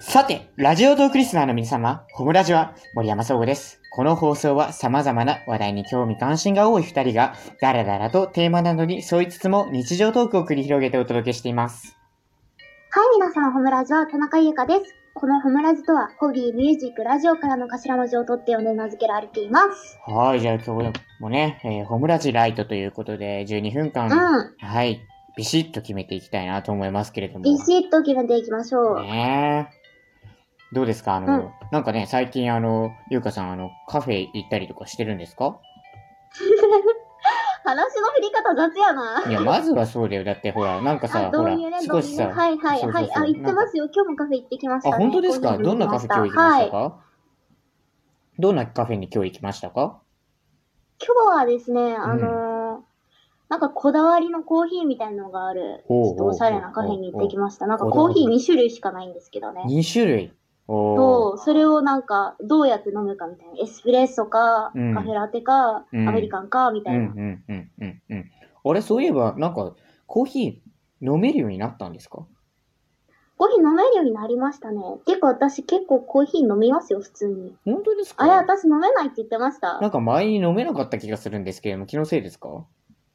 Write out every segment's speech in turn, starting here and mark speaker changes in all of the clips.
Speaker 1: さて、ラジオトークリスナーの皆様、ホムラジは森山総吾です。この放送は様々な話題に興味関心が多い二人が、ダラダラとテーマなどに沿いつつも日常トークを繰り広げてお届けしています。
Speaker 2: はい、皆さん、ホムラジは田中優香です。このホムラジとは、ホビー、ミュージック、ラジオからの頭文字を取って呼んで名付けられています。
Speaker 1: はい、じゃあ今日もね、えーホムラジライトということで、12分間、
Speaker 2: う
Speaker 1: はい、ビシッと決めていきたいなと思いますけれども。
Speaker 2: ん。ビシッと決めていきましょう。
Speaker 1: ねえ。どうですかあの、
Speaker 2: うん
Speaker 1: なんかね、最近あの、ゆうかさん、あの、カフェ行ったりとかしてるんですか
Speaker 2: 話の振り方雑やな。
Speaker 1: いや、まずはそうだよ。だってほら、なんかさ、
Speaker 2: あ、
Speaker 1: ほ
Speaker 2: どう
Speaker 1: ら
Speaker 2: いうね、、ど
Speaker 1: 少
Speaker 2: うい
Speaker 1: し
Speaker 2: うね。
Speaker 1: さ、
Speaker 2: はいはい
Speaker 1: そう
Speaker 2: は
Speaker 1: そう
Speaker 2: い。
Speaker 1: そう
Speaker 2: あ、行ってますよ。今日もカフェ行ってきました
Speaker 1: あ、
Speaker 2: ね。
Speaker 1: 本当ですか
Speaker 2: コーヒー
Speaker 1: どんな
Speaker 2: 飲み
Speaker 1: カフ
Speaker 2: ま
Speaker 1: ェ
Speaker 2: し
Speaker 1: 今日行きましたか、
Speaker 2: はい。
Speaker 1: どんなカフェに今日行きましたか
Speaker 2: 今日はですね、あのー、なんかこだわりのコーヒーみたいなのがある、ち
Speaker 1: ほうほう
Speaker 2: ょっとおしゃれなカフェに行ってきました。なんか
Speaker 1: こだ
Speaker 2: コ
Speaker 1: わ
Speaker 2: ー
Speaker 1: り
Speaker 2: ヒー2種類しかないんですけどね。
Speaker 1: ?2 種類。おー。
Speaker 2: と、それをなんか、どうやって飲むかみたいな。エスプレッソか、
Speaker 1: うん
Speaker 2: カフェラテか、
Speaker 1: うん
Speaker 2: アメリカンか、み
Speaker 1: う
Speaker 2: た
Speaker 1: ん
Speaker 2: いうな。
Speaker 1: んうんうんうん。あれ、そういえば、なんか、コーヒー飲めるようになったんですか
Speaker 2: コーヒー飲めるようになりましたね。てか私結構コーヒー飲みますよ、普通に。
Speaker 1: 本当ですか
Speaker 2: あれ、私飲めないって言ってました
Speaker 1: な。んか前に飲めなかった気がするんですけれども、気のせいですか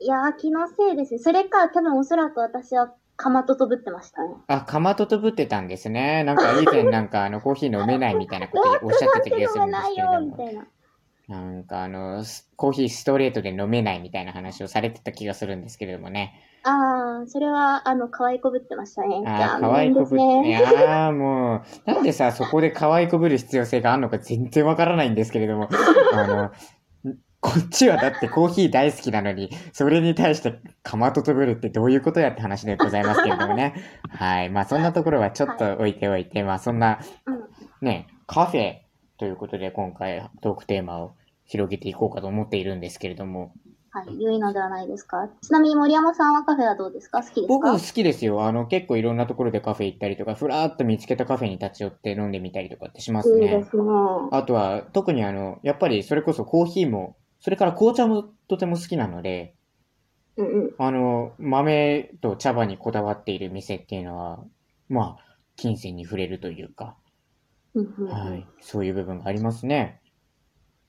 Speaker 2: いやー、気のせいですね。それか、多分おそらく私は、かまととぶってましたね。
Speaker 1: あ、かまととぶってたんですね。なんか以前なんかあのコーヒー飲めないみたいなことおっしゃってた気がす
Speaker 2: 飲
Speaker 1: る
Speaker 2: め
Speaker 1: んです
Speaker 2: ない
Speaker 1: けれ
Speaker 2: よ
Speaker 1: ど、
Speaker 2: み
Speaker 1: も。
Speaker 2: たいな。
Speaker 1: なんかあの、スコーヒーストレートで飲めないみたいな話をされてた気がするんですけれどもね。
Speaker 2: あー、それは、あの、可愛いこぶってましたね。
Speaker 1: あー、
Speaker 2: いや
Speaker 1: かわいこぶ
Speaker 2: 無
Speaker 1: い
Speaker 2: 念ですね。
Speaker 1: やーもう、なんでさ、そこでかわいこぶる必要性があるのか全然わからないんですけれど も。あの、こっちはだってコーヒー大好きなのに、それに対してかまととぶるってどういうことやって話でございますけれどもね。 はい。まあそんなところはちょっと置いておいて、まあそんな
Speaker 2: うん、
Speaker 1: ね、カフェということで今回トークテーマを広げていこうかと思っているんですけれども。
Speaker 2: はい、良いのではないですか。ちなみに森山さんはカフェはどうですか好きですか
Speaker 1: 僕好きですよ。あの、結構いろんなところでカフェ行ったりとか、ふらーっと見つけたカフェに立ち寄って飲んでみたりとかってします
Speaker 2: いい
Speaker 1: ね
Speaker 2: で。すね。
Speaker 1: あとは、特にあの、やっぱりそれこそコーヒーも、それから紅茶もとても好きなので、
Speaker 2: うんうん。
Speaker 1: あの、豆と茶葉にこだわっている店っていうのは、まあ、金銭に触れるというか、
Speaker 2: うんうんうん
Speaker 1: はい、そういう部分がありますね。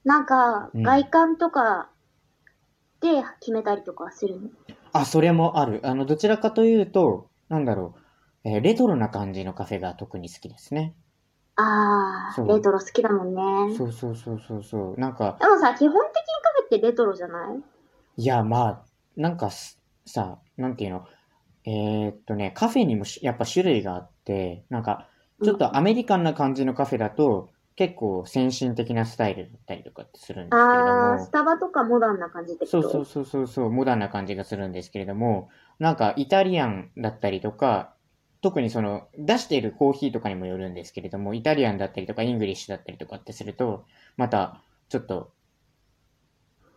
Speaker 2: なんか、
Speaker 1: うん
Speaker 2: 外観とかで決めたりとかするの、
Speaker 1: あ、それもある。あの、どちらかというと、なんだろう、えーレトロな感じのカフェが特に好きですね。
Speaker 2: あ
Speaker 1: そ
Speaker 2: あ、
Speaker 1: う
Speaker 2: レトロ好きだもんね。
Speaker 1: そうそうそうそうそう。なんか、
Speaker 2: でもさ、基本的にカフェってレトロじゃない
Speaker 1: いや、まあ、なんかすさ、なんていうの、えーっとね、カフェにもしやっぱ種類があって、なんか、ちょっとアメリカンな感じのカフェだと、結構先進的なスタイルだったりとかってするんですけれど
Speaker 2: ああ、
Speaker 1: も
Speaker 2: ス、タバとかモダンな感じって
Speaker 1: そ
Speaker 2: こと
Speaker 1: うそうそうそうそう、モダンな感じがするんですけれども、なんかイタリアンだったりとか、特にその出しているコーヒーとかにもよるんですけれども、イタリアンだったりとかイングリッシュだったりとかってすると、またちょっと、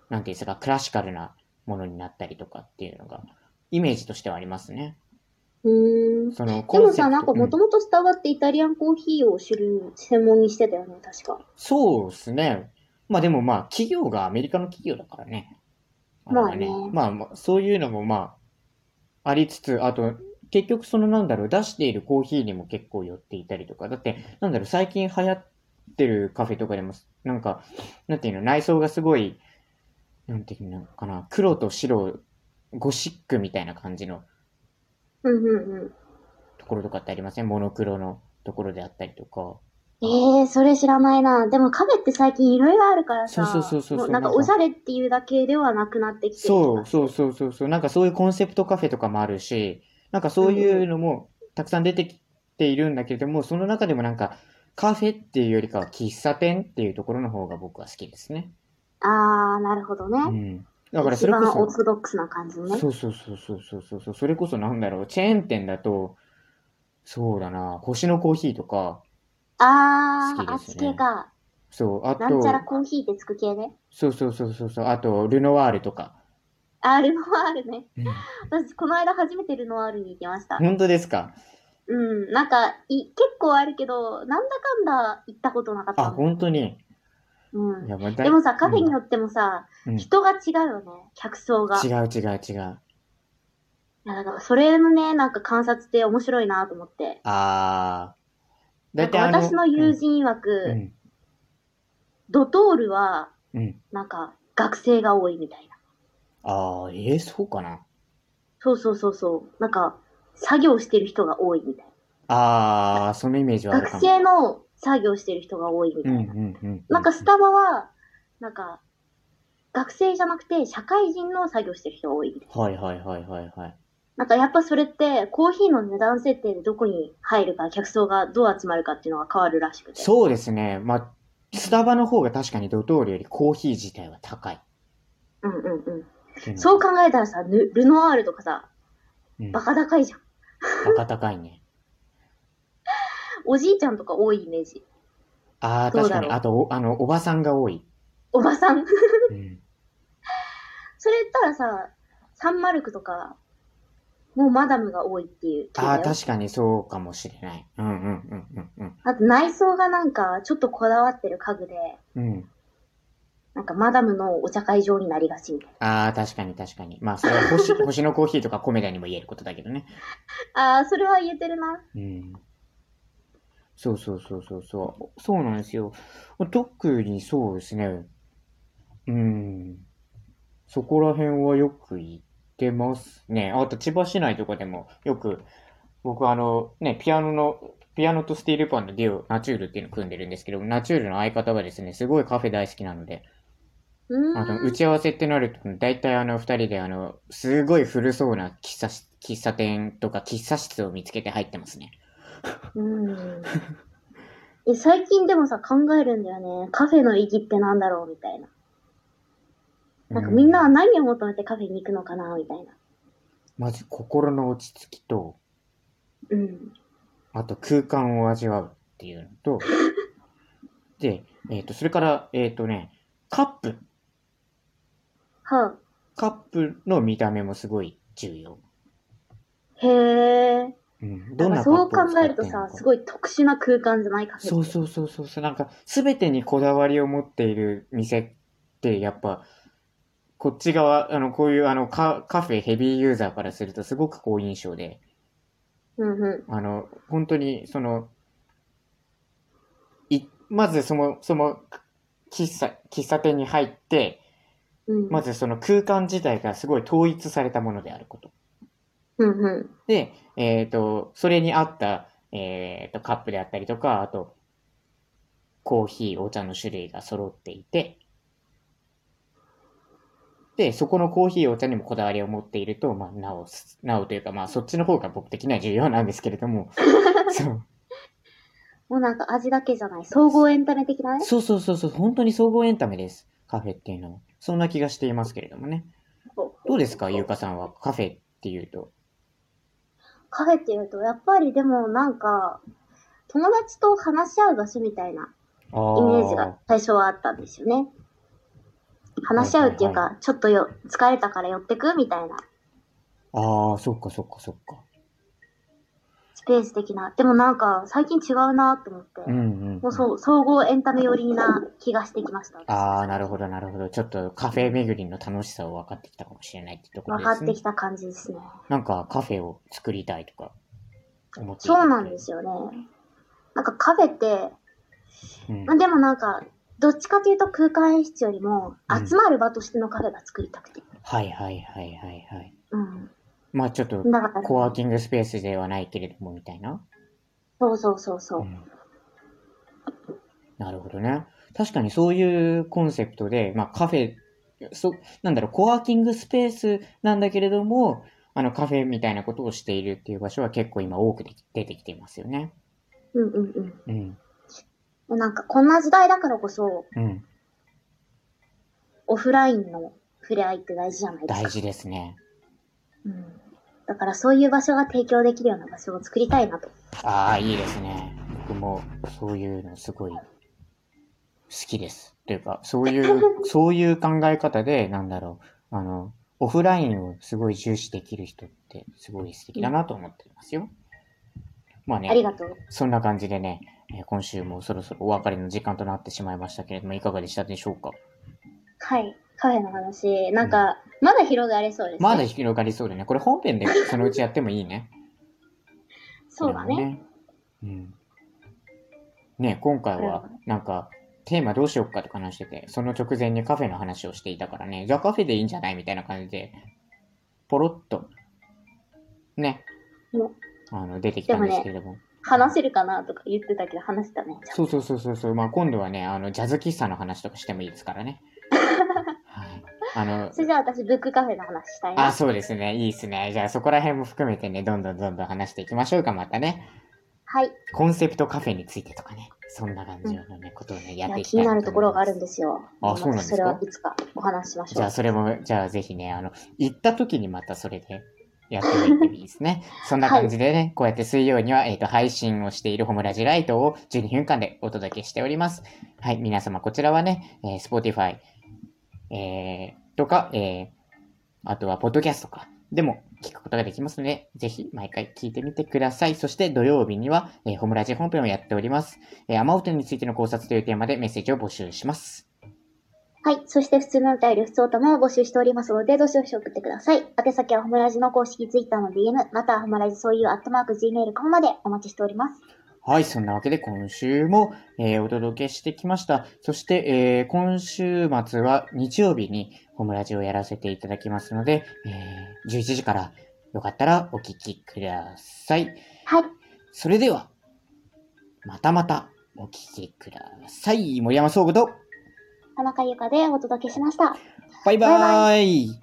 Speaker 1: なんていうんですか、クラシカルなものになったりとかっていうのが、イメージとしてはありますね。
Speaker 2: うーん。
Speaker 1: そのコ
Speaker 2: で
Speaker 1: ンセプト
Speaker 2: もさ、なんかもと
Speaker 1: うん
Speaker 2: もとスタバってイタリアンコーヒーを主流、専門にしてたよね、確か。
Speaker 1: そうですね。まあでもまあ、企業がアメリカの企業だからね。あれは
Speaker 2: まあね
Speaker 1: まあまあ、そういうのもまあ、ありつつ、あと、結局そのなんだろう、出しているコーヒーにも結構寄っていたりとか、だって、なんだろう、最近流行ってるカフェとかでも、なんか、なんていうの、内装がすごい、なんていうのかな、黒と白、ゴシックみたいな感じの
Speaker 2: うんうんうん。
Speaker 1: ところとかってありません、モノクロのところであったりとか。
Speaker 2: ええー、それ知らないな。でもカフェって最近いろいろあるからさ、
Speaker 1: そうそうそうそうそう
Speaker 2: もなん
Speaker 1: な
Speaker 2: か
Speaker 1: んか
Speaker 2: おしゃれっていうだけではなくなってきてるよ
Speaker 1: そうそうそうそうそう。なんかそういうコンセプトカフェとかもあるし、なんかそういうのもたくさん出てきているんだけれども、その中でもなんかカフェっていうよりかは喫茶店っていうところの方が僕は好きですね。
Speaker 2: ああ、なるほどね。
Speaker 1: うん。だからそれ
Speaker 2: 一番オー
Speaker 1: こ
Speaker 2: ソドックスな感じ
Speaker 1: そ、
Speaker 2: ね。
Speaker 1: そうそうそうそうそうそうそう。それこそなんだろう、チェーン店だと、そうだな、星のコーヒーとか、
Speaker 2: あ
Speaker 1: 好き
Speaker 2: ー、あ
Speaker 1: で
Speaker 2: っ
Speaker 1: す
Speaker 2: ち
Speaker 1: ね
Speaker 2: 系か。
Speaker 1: そう、あ
Speaker 2: なん
Speaker 1: と
Speaker 2: ちゃ、らコーヒーってつく系ね。
Speaker 1: そうそうそうそうそう、あと、ルノワールとか。
Speaker 2: あー、ルノワールね。
Speaker 1: うん、
Speaker 2: 私、この間初めてルノワールに行きました。
Speaker 1: 本当ですか
Speaker 2: うん、なんかい、結構あるけど、なんだかんだ行ったことなかっ
Speaker 1: あ、
Speaker 2: たもん。
Speaker 1: 本当に。
Speaker 2: うん
Speaker 1: い。やまあだ
Speaker 2: でもさ、カフェによってもさ、
Speaker 1: うん
Speaker 2: 人が違うよね。客層が。
Speaker 1: 違
Speaker 2: いう
Speaker 1: 違う違う。
Speaker 2: や、だから、それのね、なんか観察って面白いなと思って。
Speaker 1: あ
Speaker 2: な
Speaker 1: だ
Speaker 2: んか私の友人曰く、
Speaker 1: うん、
Speaker 2: ドトールは、
Speaker 1: うん。
Speaker 2: なんか、学生が多いみたいな。
Speaker 1: ああ、ええそうかな。
Speaker 2: そうそうそうそう。なんか、作業してる人が多いみたい
Speaker 1: ああ、そのイメージは
Speaker 2: な。
Speaker 1: あるか
Speaker 2: 学
Speaker 1: も。
Speaker 2: 生の作業してる人が多いみた
Speaker 1: う
Speaker 2: い
Speaker 1: んう
Speaker 2: な。
Speaker 1: んうん。
Speaker 2: なんか、スタバは、なんか、学生じゃなくて、社会人の作業してる人が多いみたいな。
Speaker 1: はいはいはいはいはい。
Speaker 2: なんかやっぱそれって、コーヒーの値段設定でどこに入るか、客層がどう集まるかっていうのが変わるらしくて。
Speaker 1: そうですね。まあ、スタバの方が確かにドトールよりコーヒー自体は高い
Speaker 2: うんうんうん。
Speaker 1: っていのが。
Speaker 2: そう考えたらさ、ルルノワールとかさ、
Speaker 1: うん。
Speaker 2: バ
Speaker 1: バ
Speaker 2: カ高いじゃん。
Speaker 1: カ高いね。
Speaker 2: おじいちゃんとか多いイメージ。
Speaker 1: ああ、
Speaker 2: どう
Speaker 1: 確
Speaker 2: だ
Speaker 1: か
Speaker 2: ろう
Speaker 1: に。あと、おあの、おばさんが多い。
Speaker 2: おばさん。
Speaker 1: うん。
Speaker 2: それ言ったらさ、サンマルクとか、もうマダムが多いっていう聞いたよ。
Speaker 1: ああ、確かにそうかもしれない。うんうんうんうん
Speaker 2: あと内装がなんか、ちょっとこだわってる家具で、
Speaker 1: うん。うん。
Speaker 2: なんかマダムのお茶会場になりがちみたい
Speaker 1: ああ、確かに確かに。まあ、それは星 星のコーヒーとかコメダにも言えることだけどね。
Speaker 2: な。ああー、それは言えてるな。
Speaker 1: うん。そうそうそうそうそう。そうなんですよ。特にそうですね。うん。そこら辺はよく行ってますね。あと千葉市内とかでもよく、僕あの、ね、ピアノの、ピアノとスティールパンのデュオ、ナチュールっていうのを組んでるんですけど、ナチュールの相方がですね、すごいカフェ大好きなので、
Speaker 2: うーん。
Speaker 1: あの打ち合わせってなると、大体あの二人であの、すごい古そうな喫茶し喫茶店とか喫茶室を見つけて入ってますね。
Speaker 2: うん。え、最近でもさ、考えるんだよね。カフェの意義ってなんだろうみたいな。なんかみんなは何を求めてカフェに行くのかなみたいな。
Speaker 1: まず心の落ち着きと、
Speaker 2: うん。
Speaker 1: あと空間を味わうっていうの と、で、えっ、と、それから、えっ、とね、カップ、
Speaker 2: は
Speaker 1: カップの見た目もすごい重要。
Speaker 2: あ、へえ。
Speaker 1: うん、
Speaker 2: なんか
Speaker 1: カ
Speaker 2: そ
Speaker 1: ッ
Speaker 2: う
Speaker 1: プを
Speaker 2: 考
Speaker 1: 使っ
Speaker 2: え
Speaker 1: て
Speaker 2: る
Speaker 1: んの
Speaker 2: と
Speaker 1: か
Speaker 2: さ、すごい特殊な空間じゃないカフェって。
Speaker 1: そうそうそうそうそう。なんか、すべてにこだわりを持っている店って、やっぱ、こっち側、あの、こういう、あの、カカフェヘビーユーザーからすると、すごく好印象で、
Speaker 2: うんう
Speaker 1: あの、本当に、その、い、まずその、その、喫茶、喫茶店に入って、
Speaker 2: ん。うん。
Speaker 1: まずその空間自体がすごい統一されたものであること。
Speaker 2: うんうん。
Speaker 1: で、えっ、と、それに合った、えっ、と、カップであったりとか、あと、コーヒー、お茶の種類が揃っていて、で、そこのコーヒー、お茶にもこだわりを持っていると、まあ、なおす、なおというか、まあ、そっちの方が僕的には重要なんですけれども、そう
Speaker 2: もうなんか味だけじゃない。総合エンタメ的なね。
Speaker 1: そうそうそうそう、本当に総合エンタメです。カフェっていうのは。そんな気がしていますけれどもね。どうですか、ゆうかさんはカフェっていうと。
Speaker 2: カフェっていうと、やっぱりでもなんか、友達と話し合う場所みたいな
Speaker 1: あ
Speaker 2: イメージが最初はあったんですよね。話し合うっていう
Speaker 1: はい
Speaker 2: か、ちょっとよ疲れたから寄ってくみたいな
Speaker 1: ああ、そっかそっかそっか。
Speaker 2: スペース的な。でもなんか、最近違うなと思って、
Speaker 1: うんうん、うん。
Speaker 2: もうそう、総合エンタメ寄りな気がしてきました。
Speaker 1: ああ、なるほど、なるほど。ちょっとカフェ巡りの楽しさを分かってきたかもしれないってところ
Speaker 2: 分
Speaker 1: で
Speaker 2: かっ
Speaker 1: す
Speaker 2: て
Speaker 1: ね
Speaker 2: き。た感じですね。
Speaker 1: なんかカフェを作りたいとか思っている。
Speaker 2: そうなんですすよね。なんかカフェって、
Speaker 1: うん
Speaker 2: まあ、でもなんか、どっちかというと空間演出よりも
Speaker 1: う、ん
Speaker 2: 集まる場としてのカフェが作りたくて。
Speaker 1: はいはいはいはいはい。
Speaker 2: うん。
Speaker 1: まあちょっと
Speaker 2: だから、
Speaker 1: コワーキングスペースではないけれどもみたいな。
Speaker 2: そうそうそうそうう。
Speaker 1: んなるほどね。確かにそういうコンセプトで、まあカフェ、そなんだろう、コワーキングスペースなんだけれども、あのカフェみたいなことをしているっていう場所は結構今多くでき出てきていますよね。
Speaker 2: うんうんうん
Speaker 1: うん。
Speaker 2: で。なんか、こんな時代だからこそ、
Speaker 1: うん。
Speaker 2: オフラインの触れ合いって大事じゃないです
Speaker 1: 大
Speaker 2: か。
Speaker 1: 事ですね。
Speaker 2: うん。だからそういう場所が提供できるような場所を作りたいなと。
Speaker 1: ああ、いいですね。僕もそういうのすごい好きです。というか、そう いう、そういう考え方で、なんだろう、あの、オフラインをすごい重視できる人ってすごい素敵だなと思ってますよ。まあ
Speaker 2: あ
Speaker 1: ね、
Speaker 2: りがとう。
Speaker 1: そんな感じでね、えー今週もそろそろお別れの時間となってしまいましたけれども、いかがでしたでしょうか
Speaker 2: はい。カフェの話、なんか、まだ広がれそうです、ね。
Speaker 1: まだ広がりそうでね、これ本編でそのうちやってもいいね。
Speaker 2: そうだね。
Speaker 1: うん。ね、今回はなんかテーマどうしようかとか話してて、その直前にカフェの話をしていたからね、じゃあカフェでいいんじゃないみたいな感じで、ポロッと、ね、
Speaker 2: ね
Speaker 1: あの出てきたんですけれども。
Speaker 2: 話せるかなとか言ってたけど話したね。
Speaker 1: そうそうそうそうそう、まあ、今度はね、あのジャズ喫茶の話とかしてもいいですから ね。はい、あの
Speaker 2: それじゃあ私、ブックカフェの話したい
Speaker 1: あ、
Speaker 2: な。
Speaker 1: そうですね。いいですね。じゃあそこら辺も含めてね、どんどんどんどん話していきましょうか、またね。
Speaker 2: はい。
Speaker 1: コンセプトカフェについてとかね、そんな感じのね、ことをね、
Speaker 2: い
Speaker 1: やっ
Speaker 2: や
Speaker 1: ていき
Speaker 2: 気
Speaker 1: たい
Speaker 2: になるところがあるん
Speaker 1: で
Speaker 2: ですよ。
Speaker 1: あそうなんですか
Speaker 2: それはいつかお話ししまし
Speaker 1: じゃ
Speaker 2: ょ
Speaker 1: あ
Speaker 2: う。
Speaker 1: それも、じゃあぜひね、あの、行った時にまたそれでやってみてもいいです ね。そんな感じでね、こうやって水曜には、えっ、と、配信をしているホムラジライトを12分間でお届けしております。はい、皆様こちらはね、えー、Spotify、えー、とか、えー、あとは、ポッドキャストか。でも、聞くことができますので、ぜひ、毎回聞いてみてください。そして、土曜日には、えー、ホムラジ本編をやっております。えー、雨音についての考察というテーマでメッセージを募集します。
Speaker 2: はい。そして、普通のお便り、普通おたも募集しておりますので、どしどし送ってください。宛先はほむらじの公式ツイッターの DM、またはほむらじそういうアットマーク Gmail.com までお待ちしております。
Speaker 1: はい、そんなわけで今週も、えーお届けしてきました。そして、えー今週末は日曜日にホムラジをやらせていただきますので、えー11時からよかったらお聞きください。
Speaker 2: はい。
Speaker 1: それでは、またまたお聞きください。森山総合と、
Speaker 2: 田中ゆかでお届けしました。
Speaker 1: バイバ
Speaker 2: バ
Speaker 1: ーイ